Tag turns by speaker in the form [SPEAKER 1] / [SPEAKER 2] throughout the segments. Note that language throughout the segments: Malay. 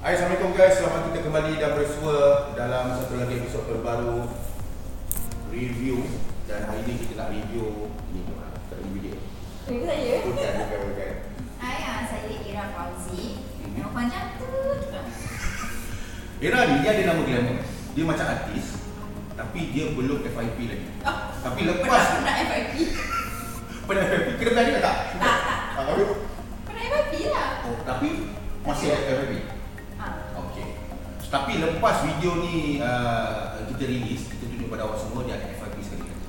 [SPEAKER 1] Hai, Assalamualaikum guys. Selamat kita kembali dan bersua dalam satu lagi episod terbaru review dan hari ini kita nak review ini tu lah. Tak review dia.
[SPEAKER 2] Itu saya.
[SPEAKER 1] Bukan, bukan, bukan.
[SPEAKER 2] Hai, ah, saya Ira Fauzi.
[SPEAKER 1] Mhm.
[SPEAKER 2] Nama panjang tu.
[SPEAKER 1] Era ni dia ada nama glamour. Dia macam artis tapi dia belum FIP lagi.
[SPEAKER 2] Oh,
[SPEAKER 1] Ah, Tapi
[SPEAKER 2] pernah
[SPEAKER 1] lepas
[SPEAKER 2] pernah FIP.
[SPEAKER 1] pernah FIP kena belajar dia tak?
[SPEAKER 2] Tak, tak.
[SPEAKER 1] Ah, tapi,
[SPEAKER 2] Pernah FIP lah.
[SPEAKER 1] oh, tapi masih ada FIP.
[SPEAKER 2] Ah,
[SPEAKER 1] Okey. Tapi lepas video ni uh, kita rilis, kita tunjuk pada awak semua dia ada FIP sekali lagi.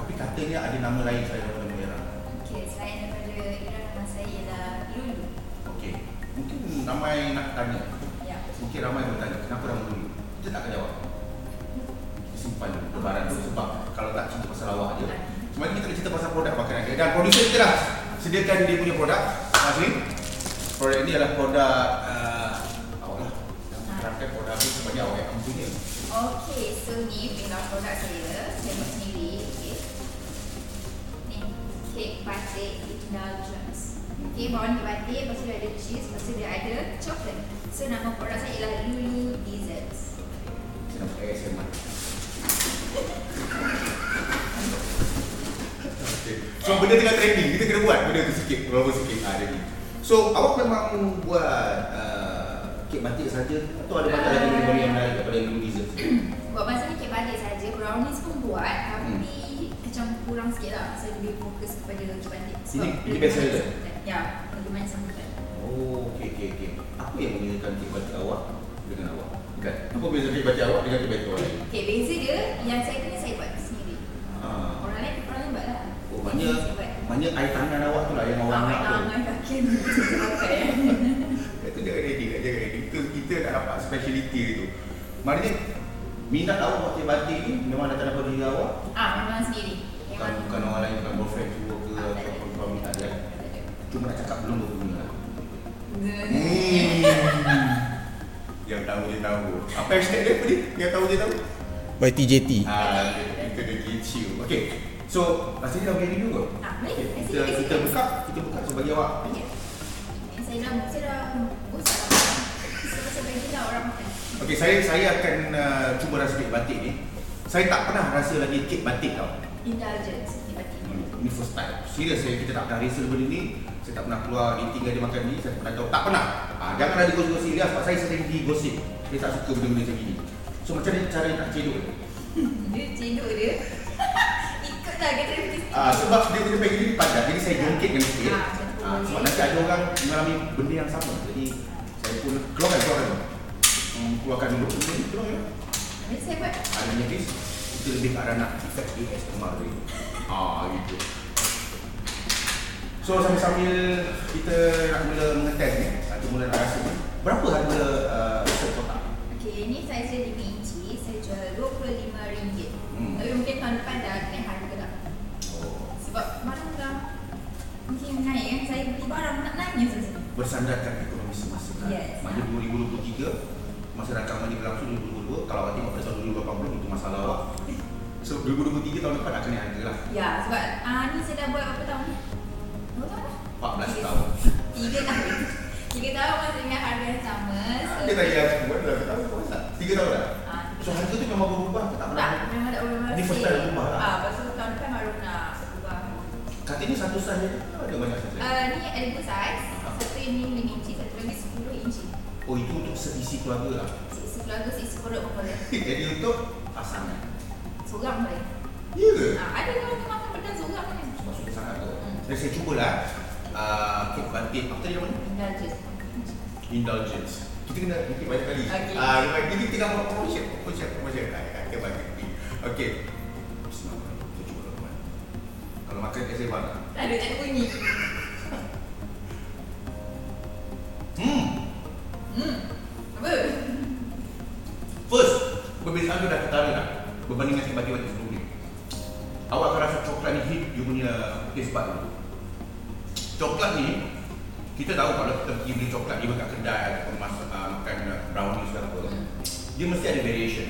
[SPEAKER 1] Tapi katanya ada nama lain selain nama nama Era.
[SPEAKER 2] okey, selain daripada Ira nama saya ialah Lulu.
[SPEAKER 1] Okey. Mungkin ramai nak tanya.
[SPEAKER 2] Ya.
[SPEAKER 1] Mungkin ramai bertanya kenapa nama dulu? Kita tak akan jawab. Kita simpan dulu lebaran tu sebab kalau tak cerita pasal awak je. Semalam kita nak cerita pasal produk makanan kita. Dan producer kita dah sediakan dia punya produk. Masri. Produk ni adalah produk uh, awak lah. Yang menerangkan produk ni sebagai awak yang punya.
[SPEAKER 2] Okey, so ni memang produk saya. Saya buat sendiri. Okey. Ni kek batik indulgence. Okey, bawang ni batik, lepas tu dia ada cheese, lepas tu dia ada chocolate. So nama produk saya ialah Lulu Desserts.
[SPEAKER 1] Saya nak pakai ASMR. Okay. So benda tengah trending, kita kena buat benda tu sikit, proper sikit ha, jadi. So awak memang buat uh, kek batik saja atau ada banyak lagi benda-benda yang menarik daripada Blue Desert?
[SPEAKER 2] Buat masa ni kek batik saja, brownies pun buat tapi macam kurang sikit lah Saya lebih fokus kepada kek batik
[SPEAKER 1] Ini-
[SPEAKER 2] Sebab
[SPEAKER 1] ini best seller?
[SPEAKER 2] Ya, lebih banyak sambutan
[SPEAKER 1] Oh, okey okey okey. Apa yang membezakan kek batik awak dengan awak? Bukan. Apa beza kek batik awak dengan kek batik orang lain?
[SPEAKER 2] Okay, beza dia yang saya kena saya buat sendiri
[SPEAKER 1] Ha.
[SPEAKER 2] Orang lain, orang lain buat lah
[SPEAKER 1] Oh, maknanya
[SPEAKER 2] Saya buat
[SPEAKER 1] maknanya air tangan awak tu lah yang awak
[SPEAKER 2] Orang
[SPEAKER 1] nak.
[SPEAKER 2] main
[SPEAKER 1] tu.
[SPEAKER 2] tangan kaki ni pakai
[SPEAKER 1] Itu dia ready kat jaga ready. Itu kita nak dapat speciality dia tu. Maknanya minat awak buat kek batik ni memang datang daripada diri awak.
[SPEAKER 2] Ah, memang sendiri
[SPEAKER 1] Bukan, bukan orang lain, bukan boyfriend juga ke
[SPEAKER 2] Ah, tak ada.
[SPEAKER 1] ataupun suami tak ada.
[SPEAKER 2] Tak ada.
[SPEAKER 1] Cuma nak cakap belum berguna lah.
[SPEAKER 2] Zzzz.
[SPEAKER 1] Hmm. Yang tahu dia tahu. Apa hashtag dia apa dia? Yang tahu dia tahu.
[SPEAKER 3] YTJT.
[SPEAKER 1] Ah, kita dah kecil. Okay. So, rasanya dah boleh review ke?
[SPEAKER 2] Ah, boleh.
[SPEAKER 1] Okay,
[SPEAKER 2] Kasih,
[SPEAKER 1] Kita,
[SPEAKER 2] kasih,
[SPEAKER 1] kita
[SPEAKER 2] kasih.
[SPEAKER 1] buka, kita buka sebagai awak.
[SPEAKER 2] Ya. Eh, Saya dah, saya dah bosan lah makan. So, saya bagi lah orang makan
[SPEAKER 1] Okey, saya saya akan uh, cuba rasa kek batik ni. Saya tak pernah rasa lagi kek batik tau.
[SPEAKER 2] Indulgence, kek batik
[SPEAKER 1] Ni first time. Serius saya kita tak pernah rasa benda ni. Saya tak pernah keluar dating ada makan ni. Saya tak pernah tahu. Tak pernah. Ha, jangan ada gosip-gosip dia sebab saya sering digosip. Saya tak suka benda-benda macam ni. So macam mana cara nak cedok ni?
[SPEAKER 2] Dia cedok dia Ikutlah kata dia
[SPEAKER 1] Ah, sebab dia punya packaging ni panjang jadi saya jongkitkan sikit.
[SPEAKER 2] Ah,
[SPEAKER 1] Ah, sebab nanti ada orang mengalami benda yang sama. Jadi saya pun keluarkan keluarkan. Hmm, keluarkan dulu. Kemudian keluar ya.
[SPEAKER 2] Habis saya buat
[SPEAKER 1] Ada nyekis. Kita lebih ke arah nak efek ASMR tadi. Ah, gitu. So sambil-sambil kita nak mula mengetes ni, kita mula nak rasa ni. Berapa harga uh, set kotak?
[SPEAKER 2] Okay, ni saya sudah 5 inci Saya jual RM25
[SPEAKER 1] Hmm.
[SPEAKER 2] Tapi mungkin tahun depan dah naik harga lah
[SPEAKER 1] Oh,
[SPEAKER 2] Sebab barang dah Mungkin naik kan Saya beli barang nak nangis saja
[SPEAKER 1] bersandarkan ekonomi semasa kan.
[SPEAKER 2] Yes.
[SPEAKER 1] Maknanya 2023 masa rakaman ni berlangsung 2022 kalau awak tengok pada tahun 2080 itu masalah awak. So 2023 tahun depan akan naik harga lah
[SPEAKER 2] Ya, sebab ah, ni saya dah buat berapa tahun ni? Berapa tahun lah?
[SPEAKER 1] 14 tahun.
[SPEAKER 2] Tiga tahun Tiga tahun masih dengan harga yang sama So,
[SPEAKER 1] Dia tak payah aku buat dah tahu kau tak. 3 tahun dah.
[SPEAKER 2] ah, tiga
[SPEAKER 1] So harga tu memang berubah ke tak pernah?
[SPEAKER 2] Tak, memang tak boleh
[SPEAKER 1] Ni first time berubah lah.
[SPEAKER 2] Ah, lepas tu tahun depan baru nak ubah.
[SPEAKER 1] Katanya satu saiz je ke ada banyak saiz.
[SPEAKER 2] Uh, ni ada dua saiz. Satu ini 5 inci, satu lagi 10 inci.
[SPEAKER 1] Oh itu untuk seisi keluarga lah.
[SPEAKER 2] Sisi keluarga, sisi perut pun boleh.
[SPEAKER 1] Jadi untuk pasangan.
[SPEAKER 2] Seorang boleh.
[SPEAKER 1] Ya ke?
[SPEAKER 2] Ah, ada kalau kita makan pedang seorang kan.
[SPEAKER 1] Sebab suka sangat tu. Jadi saya cubalah uh, kek batik. Apa tadi nama ni?
[SPEAKER 2] Tinggal je.
[SPEAKER 1] indulgence. Kita kena mungkin banyak kali.
[SPEAKER 2] Okey.
[SPEAKER 1] Ah, uh, ini kita nak promotion, promotion, promotion. Ah, kita banyak kali. Okey. Bismillahirrahmanirrahim. Kita cuba lakukan. Kalau makan kat saya mana?
[SPEAKER 2] Tak ada, tak ada bunyi.
[SPEAKER 1] Hmm.
[SPEAKER 2] Hmm. Apa?
[SPEAKER 1] First, perbezaan tu dah ketara dah. Berbanding dengan sebati batik sebelum ni. Awak akan rasa coklat ni hit dia punya taste bud dulu. Coklat ni kita tahu kalau kita pergi beli coklat ni kat kedai ataupun masak ah, makan ah, brownies ke apa.
[SPEAKER 2] Hmm.
[SPEAKER 1] dia mesti ada variation.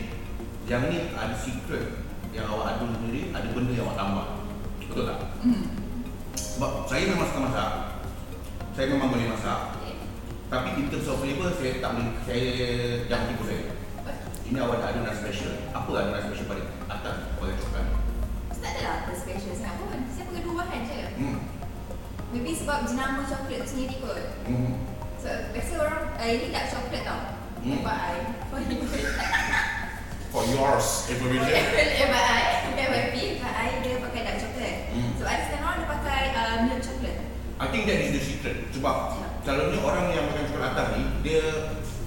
[SPEAKER 1] Yang ni ada secret yang awak adu sendiri, ada benda yang awak tambah. Betul tak?
[SPEAKER 2] Hmm.
[SPEAKER 1] Sebab saya memang suka masak. Saya memang boleh masak.
[SPEAKER 2] Okay.
[SPEAKER 1] Tapi in terms of flavour saya tak boleh saya jangan tipu saya. Ini awak dah ada nasi special. Apa ada nasi special paling atas paling coklat?
[SPEAKER 2] Tak adalah apa special sangat pun. Saya pakai dua bahan je.
[SPEAKER 1] Hmm.
[SPEAKER 2] Maybe sebab jenama coklat tu sendiri kot.
[SPEAKER 1] Hmm.
[SPEAKER 2] So, biasa orang, uh, ini tak coklat tau.
[SPEAKER 1] Hmm.
[SPEAKER 2] FYI. For you.
[SPEAKER 1] For yours information.
[SPEAKER 2] FYI. FYP. FYI dia pakai dark coklat.
[SPEAKER 1] Hmm.
[SPEAKER 2] So, ada sekarang orang dia pakai uh, milk coklat.
[SPEAKER 1] I think that is the secret sebab selalunya orang yang makan coklat atas ni dia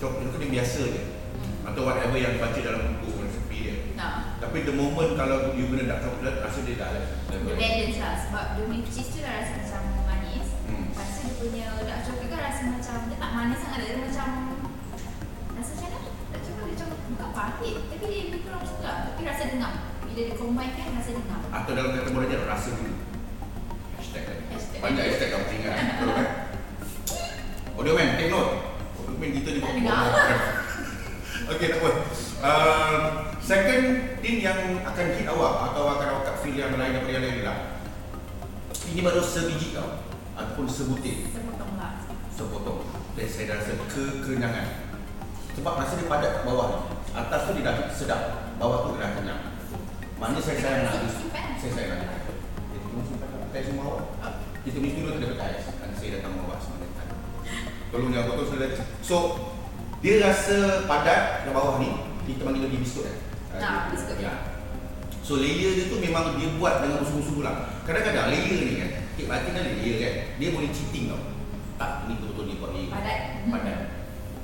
[SPEAKER 1] coklat tu dia biasa je atau whatever yang baca dalam buku resepi dia.
[SPEAKER 2] Nah.
[SPEAKER 1] Tapi the moment kalau you guna dark chocolate rasa dia dah lain.
[SPEAKER 2] Dia
[SPEAKER 1] level.
[SPEAKER 2] balance lah sebab dia punya cheese tu dah rasa macam manis
[SPEAKER 1] Hmm.
[SPEAKER 2] Lepas tu dia punya dark chocolate kan rasa macam dia tak manis sangat dia macam Rasa macam mana? Dark chocolate dia macam bukan pahit tapi dia lebih kurang juga Tapi rasa dengar Bila dia combine kan rasa dengar
[SPEAKER 1] Atau dalam kata orang dia rasa dulu. Hashtag kan.
[SPEAKER 2] Hashtag.
[SPEAKER 1] Banyak hashtag kamu ingat kan. Betul kan? Audio man, take note. Audio man kita ni
[SPEAKER 2] Tak dengar.
[SPEAKER 1] Okay, tak apa. Um, second thing yang akan hit awak atau akan awak kat feel yang lain daripada yang lain lah. Ini baru sebiji tau. Ataupun sebutir.
[SPEAKER 2] Sepotong lah
[SPEAKER 1] sepotong dan saya dah rasa kekenyangan sebab rasa dia padat kat bawah ni atas tu dia dah sedap bawah tu dia dah kenyang maknanya saya sayang nak habis
[SPEAKER 2] Simpan. Ah.
[SPEAKER 1] saya sayang lah. nak habis jadi kita mesti lah. pakai petai semua awak kita mesti dulu ada petai dan Kan saya datang awak semua dia petai tolong jangan potong sekali lagi so dia rasa padat kat bawah ni kita panggil lagi biskut kan
[SPEAKER 2] Ah, biskut.
[SPEAKER 1] ya. So layer dia tu memang dia buat dengan usul-usul lah Kadang-kadang layer ni kan Kek batin kan layer kan Dia boleh cheating tau Tak, ni betul-betul dia buat layer
[SPEAKER 2] Padat
[SPEAKER 1] Padan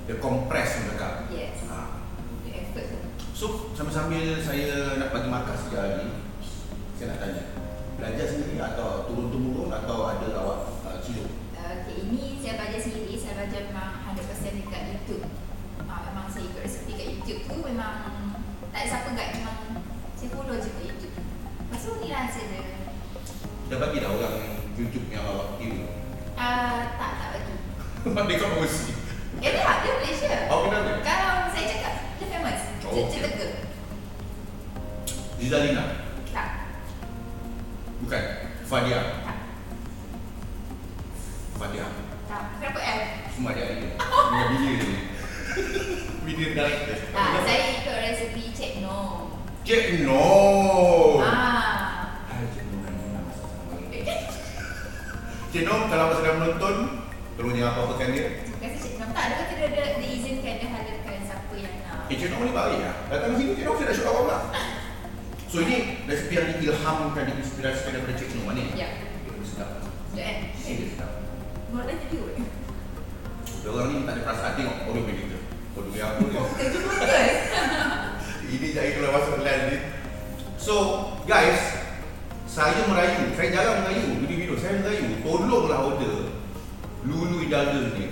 [SPEAKER 1] Dia compress yang dekat
[SPEAKER 2] Yes
[SPEAKER 1] ha.
[SPEAKER 2] Dia effort tu
[SPEAKER 1] So sambil-sambil saya nak bagi markah sejak ni Saya nak tanya Belajar sendiri atau turun-temurun atau ada awak uh, cilok
[SPEAKER 2] Okay, ini saya belajar sendiri Saya belajar memang 100% dekat YouTube Ah, Memang saya ikut resepi kat YouTube tu Memang tak ada siapa guide Memang saya follow je kat YouTube Lepas tu ni lah saya dah
[SPEAKER 1] Dah bagi dah orang YouTube yang awak tiru
[SPEAKER 2] Ah, Tak, tak bagi
[SPEAKER 1] Pandai kau mengusi
[SPEAKER 2] Eh, tak, dia Malaysia
[SPEAKER 1] Awak kenal dia?
[SPEAKER 2] Kalau saya cakap, dia famous
[SPEAKER 1] Oh,
[SPEAKER 2] Dia
[SPEAKER 1] okay.
[SPEAKER 2] Celaka
[SPEAKER 1] Zizalina
[SPEAKER 2] Tak,
[SPEAKER 1] Bukan Fadia
[SPEAKER 2] tak,
[SPEAKER 1] Fadia
[SPEAKER 2] tak Kenapa F?
[SPEAKER 1] Semua ada dia Dengan bini dia ni Bini dia director
[SPEAKER 2] Tak, Ah, saya ikut resepi Cik No
[SPEAKER 1] Cik Noh
[SPEAKER 2] Ah,
[SPEAKER 1] Hai Cik Noh dan Nina masa sama Cik Noh kalau awak sedang menonton Tolong jangan apa-apakan dia
[SPEAKER 2] Terima kasih Cik No Tak, dia kata dia, dia, dia izinkan Dia halalkan siapa yang nak
[SPEAKER 1] Eh Cik Noh ni baik lah Datang sini Cik Noh saya dah shoot awak pula So ini resepi yang diilhamkan Diinspirasikan daripada Cik Noh mana
[SPEAKER 2] Ya,
[SPEAKER 1] Dia pun sedap
[SPEAKER 2] ya kan?
[SPEAKER 1] Dia sedap
[SPEAKER 2] Mula jadi weh.
[SPEAKER 1] Dia orang ni tak ada perasaan tengok Orang punya kita Orang punya apa ni?
[SPEAKER 2] Kerja fokus.
[SPEAKER 1] Ini jadi keluar masuk land ni. So guys, saya merayu, saya jarang merayu video-video, saya merayu. Tolonglah order Lulu Indulgence ni.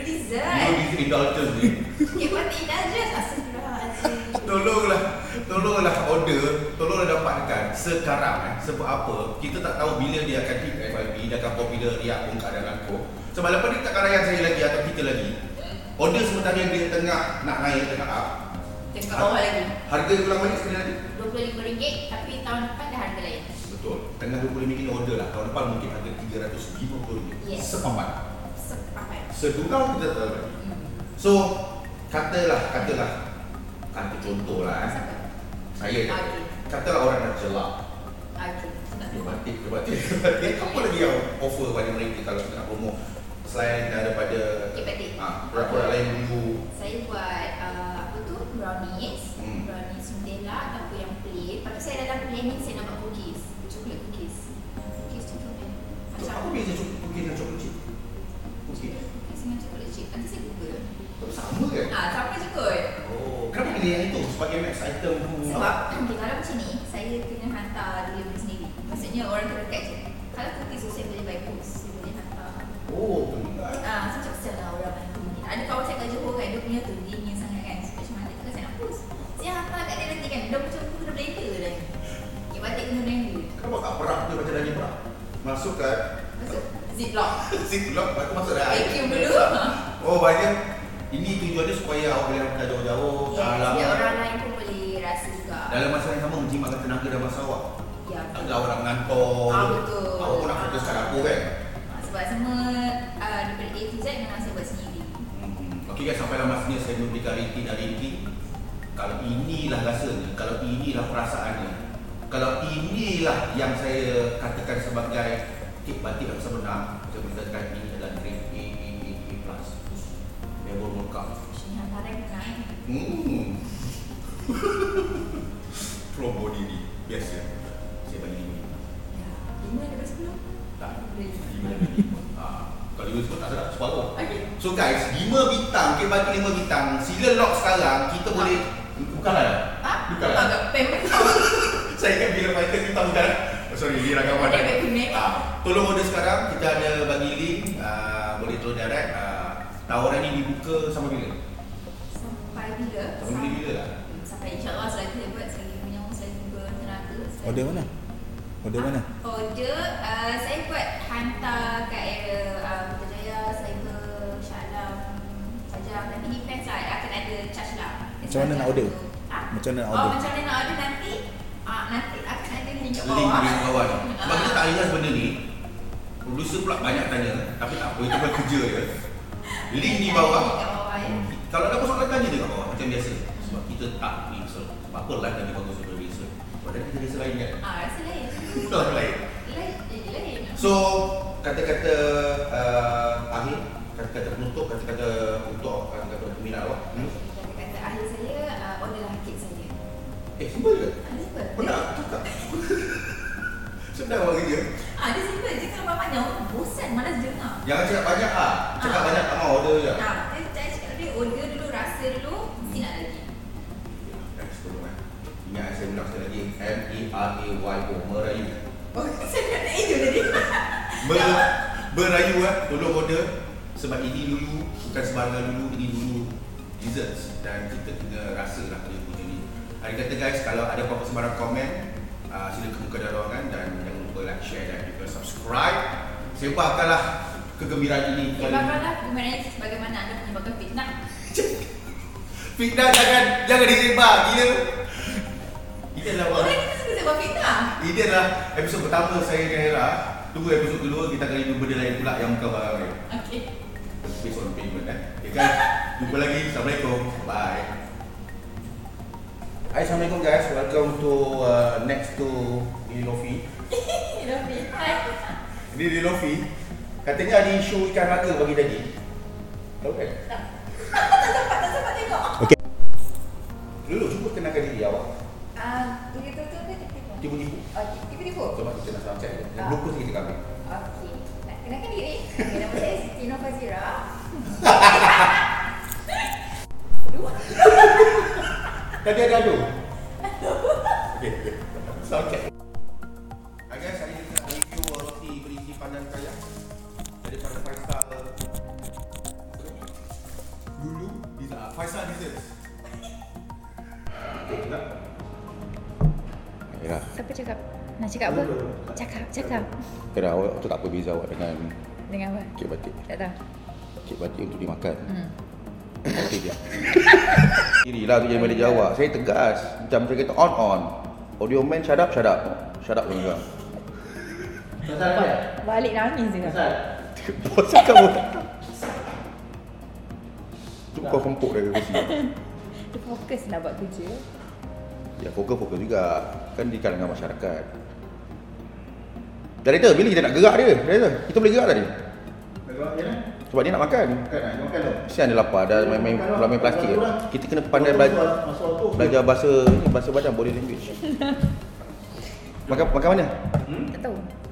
[SPEAKER 1] Lulu
[SPEAKER 2] design.
[SPEAKER 1] Indulgence ni.
[SPEAKER 2] Dia buat tidak je. Astagfirullahaladzim.
[SPEAKER 1] Tolonglah, tolonglah order, tolonglah dapatkan sekarang eh. Sebab apa? Kita tak tahu bila dia akan hit FYP, dia akan popular, dia akan keadaan aku. Sebab lepas dia takkan rakyat saya lagi atau kita lagi. Order sementara dia tengah nak naik tengah up.
[SPEAKER 2] Tengok bawah lagi.
[SPEAKER 1] Harga dia ulang balik sekali lagi.
[SPEAKER 2] RM25 tapi tahun depan dah harga lain.
[SPEAKER 1] Betul. Tengah 20 minit kena order lah. Tahun depan mungkin harga 350 ringgit.
[SPEAKER 2] Yes.
[SPEAKER 1] Sepaman.
[SPEAKER 2] Sepakat.
[SPEAKER 1] Sedulang kita tak tahu.
[SPEAKER 2] Hmm.
[SPEAKER 1] So, katalah, katalah. Kata contoh lah eh.
[SPEAKER 2] Siapa?
[SPEAKER 1] Saya kata.
[SPEAKER 2] Ah, Okey.
[SPEAKER 1] Katalah orang nak jelak.
[SPEAKER 2] Okay. Tak
[SPEAKER 1] Dia batik, dia batik, dia batik. Apa lagi yang offer pada mereka kalau kita nak promote? Selain daripada
[SPEAKER 2] Dia batik.
[SPEAKER 1] ha, produk-produk lain dulu.
[SPEAKER 2] Saya buat uh, apa tu brownies,
[SPEAKER 1] Hmm.
[SPEAKER 2] brownies Nutella ataupun yang plain. Tapi saya dalam plain ni saya nak buat cookies, coklat cookies. Cookies tu coklat.
[SPEAKER 1] Apa
[SPEAKER 2] Macam
[SPEAKER 1] beza coklat cookie dengan coklat chip? Cookie.
[SPEAKER 2] cookies dengan coklat chip. Nanti saya google.
[SPEAKER 1] Sama kan?
[SPEAKER 2] Ah, sama je kot.
[SPEAKER 1] Oh, kenapa pilih yang itu sebagai next item?
[SPEAKER 2] Sebab okay, kalau macam ni, saya kena hantar delivery sendiri. Maksudnya orang tu dekat je. Kalau cookies tu saya boleh by post, saya boleh hantar.
[SPEAKER 1] Oh, peningkat.
[SPEAKER 2] Ah, saya cakap siapa lah orang main ni. Ada kawan saya kat Johor kan, dia punya tu dingin sangat kan. So, macam mana kalau saya nak post? Saya hantar kat dia nanti kan, dia macam tu kena blender dah. Okay, batik kena blender.
[SPEAKER 1] Kenapa kat perak tu macam daging perak? Masuk kat
[SPEAKER 2] Masuk ziplock.
[SPEAKER 1] ziplock, lepas tu masuk dah air.
[SPEAKER 2] Vacuum dulu.
[SPEAKER 1] Oh, banyak. Ini tujuan dia supaya awak boleh hantar jauh-jauh.
[SPEAKER 2] Ya,
[SPEAKER 1] dalam,
[SPEAKER 2] biar orang lain pun boleh rasa juga.
[SPEAKER 1] dalam masa yang sama, menjimatkan tenaga dan masa awak.
[SPEAKER 2] Ya,
[SPEAKER 1] Agak awak nak mengantor.
[SPEAKER 2] Ah, betul.
[SPEAKER 1] Awak pun nak fokus kat dapur kan?
[SPEAKER 2] Ah, Sebab semua uh, daripada A to Z memang saya buat sendiri.
[SPEAKER 1] Hmm, Okey guys, sampailah masanya saya memberikan rating dan rating Kalau inilah rasanya, kalau inilah perasaannya Kalau inilah yang saya katakan sebagai Kek batik rasa benar Saya mengatakan ini adalah grade A, A, A, A plus Level World Cup
[SPEAKER 2] Sini hantar yang ya. naik.
[SPEAKER 1] Hmm Promo diri, biasa Saya bagi lima
[SPEAKER 3] Ya, lima daripada sepuluh.
[SPEAKER 1] Tak,
[SPEAKER 3] Boleh.
[SPEAKER 1] lima dan lima Ah, Kalau lima sepuluh tak ada separuh
[SPEAKER 3] Okey.
[SPEAKER 1] So guys, 5 bintang, okay, bagi 5 bintang. Sila lock sekarang, kita boleh bukanlah.
[SPEAKER 3] Ha?
[SPEAKER 1] Bukan.
[SPEAKER 3] Tak agak pen pun tak.
[SPEAKER 1] Saya ingat bila fighter kita bukan. Oh, sorry, ni
[SPEAKER 3] Dia
[SPEAKER 1] ragam pandai.
[SPEAKER 3] baik kuning.
[SPEAKER 1] Ah, tolong order sekarang, kita ada bagi link, ah, boleh tolong direct. Ah, tawaran ni dibuka sama bila?
[SPEAKER 2] Sampai bila?
[SPEAKER 1] Sama bila bila lah.
[SPEAKER 3] Sampai insyaAllah selagi saya buat, selagi punya orang selagi guna tenaga. selagi-
[SPEAKER 4] Order mana? Order mana?
[SPEAKER 2] Ah, Order uh, saya buat hantar kat area uh, Putrajaya, Cyber, Shah Alam, Fajar. Tapi depends lah akan ada charge lah.
[SPEAKER 4] Macam mana nak order?
[SPEAKER 2] Ha?
[SPEAKER 4] Macam mana nak
[SPEAKER 2] Oh,
[SPEAKER 4] order?
[SPEAKER 2] macam mana nak order nanti? Ah, nanti akan ada link kat
[SPEAKER 1] Link
[SPEAKER 2] bawah. Ah,
[SPEAKER 1] di bawah ni. Sebab kita tak jelas benda ni. Producer pula banyak tanya, tapi tak apa, itu bukan kerja dia. Link di bawah.
[SPEAKER 2] Link kat bawah. ya.
[SPEAKER 1] Kalau ada persoalan tanya dia kat bawah macam biasa sebab kita tak research. Sebab apa live lagi bagus daripada research. Padahal kita rasa lain kan.
[SPEAKER 3] Ah, rasa lain.
[SPEAKER 1] Live lain.
[SPEAKER 3] Lain, jadi
[SPEAKER 2] eh,
[SPEAKER 3] lain.
[SPEAKER 1] So kata-kata uh, akhir, kata-kata penutup, kata-kata untuk uh, kata-kata peminat awak. Hmm?
[SPEAKER 2] Kata-kata akhir saya, uh,
[SPEAKER 3] lah
[SPEAKER 2] orderlah kek saya.
[SPEAKER 1] Eh simple je.
[SPEAKER 3] Ah, simple.
[SPEAKER 1] Benar cakap. Sedang awak kerja.
[SPEAKER 3] Ah, dia simple je kalau buat panjang orang "Oh, bosan, malas dengar.
[SPEAKER 1] Jangan cakap banyak ah. Cakap
[SPEAKER 3] Ah.
[SPEAKER 1] banyak tak mau order je.
[SPEAKER 3] Ah, dia saya cakap tadi order dulu, rasa dulu, mesti nak lagi.
[SPEAKER 1] Dan sebelum eh. Ingat saya ulang sekali lagi M E R A Y O merayu.
[SPEAKER 3] Oh, saya nak naik itu tadi.
[SPEAKER 1] Ber, berayu lah Tolong order Sebab ini dulu Bukan sebarang dulu Ini dulu Desserts Dan kita kena rasa lah Dia punya ni Ada kata guys Kalau ada apa-apa sebarang komen uh, Sila kemuka dalam ruangan Dan jangan lupa like, share dan juga subscribe Sebarkanlah Kegembiraan ini
[SPEAKER 3] Okay, bakal gimana sebagaimana anda menyebabkan fitnah.
[SPEAKER 1] Fitnah jangan Jangan disebar Gila Ini adalah
[SPEAKER 3] Orang
[SPEAKER 1] orang
[SPEAKER 3] kita suka sebab fitnah.
[SPEAKER 1] Ini adalah episod pertama saya dengan Hera Tunggu episod kedua Kita akan review benda lain pula Yang bukan barang lain
[SPEAKER 3] Okay.
[SPEAKER 1] based on payment eh. Okay guys, jumpa lagi. Assalamualaikum. Bye. Hai, Assalamualaikum guys. Welcome to uh, next to Nilofi.
[SPEAKER 3] Lovely. Hai.
[SPEAKER 1] Ini Nilofi. Katanya ada isu ikan raga bagi daging. Tahu kan?
[SPEAKER 3] Tak sempat, tak sempat tengok.
[SPEAKER 1] Dulu cuba kenalkan diri awak.
[SPEAKER 2] Ah, tiba-tiba ke tiba-tiba?
[SPEAKER 1] Tipu-tipu.
[SPEAKER 2] Oh, tiba-tiba.
[SPEAKER 1] Sebab kita nak salam cakap. Yang
[SPEAKER 2] Ah.
[SPEAKER 1] lupa sikit cakap ambil.
[SPEAKER 2] Okey. Nak kenalkan diri. Okay, nama saya Siti Nova Zira.
[SPEAKER 1] Tadi ada adu. Okey, okey. Salam cakap. Hai guys, hari ini kita nak review roti berisi pandan kaya daripada Faisal uh, Dulu Dessert Faisal Dessert
[SPEAKER 4] Ya.
[SPEAKER 2] Siapa cakap? Nak cakap apa? Cakap, cakap.
[SPEAKER 4] Kira awak tu tak apa beza awak dengan
[SPEAKER 2] Dengan apa?
[SPEAKER 4] kek batik.
[SPEAKER 2] Tak tahu.
[SPEAKER 4] Kek batik untuk dimakan.
[SPEAKER 2] Hmm.
[SPEAKER 4] Okey dia. Diri lah tu jadi balik Jawa. Saya tegas. Macam saya kata on on. Audio man shut up shut up. Shut up orang.
[SPEAKER 1] Faisal apa?
[SPEAKER 2] Balik nangis je.
[SPEAKER 1] Faisal
[SPEAKER 4] Bos kamu. Tu kau kempuk dari kursi.
[SPEAKER 2] Dia fokus nak buat kerja.
[SPEAKER 4] Ya fokus fokus juga. Kan di kalangan masyarakat. Director, bila kita nak gerak dia? Director, kita boleh gerak tadi.
[SPEAKER 1] Tengok je lah
[SPEAKER 4] Sebab dia nak makan.
[SPEAKER 1] Bukan nak makan tu
[SPEAKER 4] Kesian dia lapar dah main-main main plastik. Kita kena pandai belajar.
[SPEAKER 1] Masuk auto
[SPEAKER 4] Belajar bahasa ni, bahasa badan, body language. Makan makan mana?
[SPEAKER 1] Hmm?
[SPEAKER 2] Tak tahu.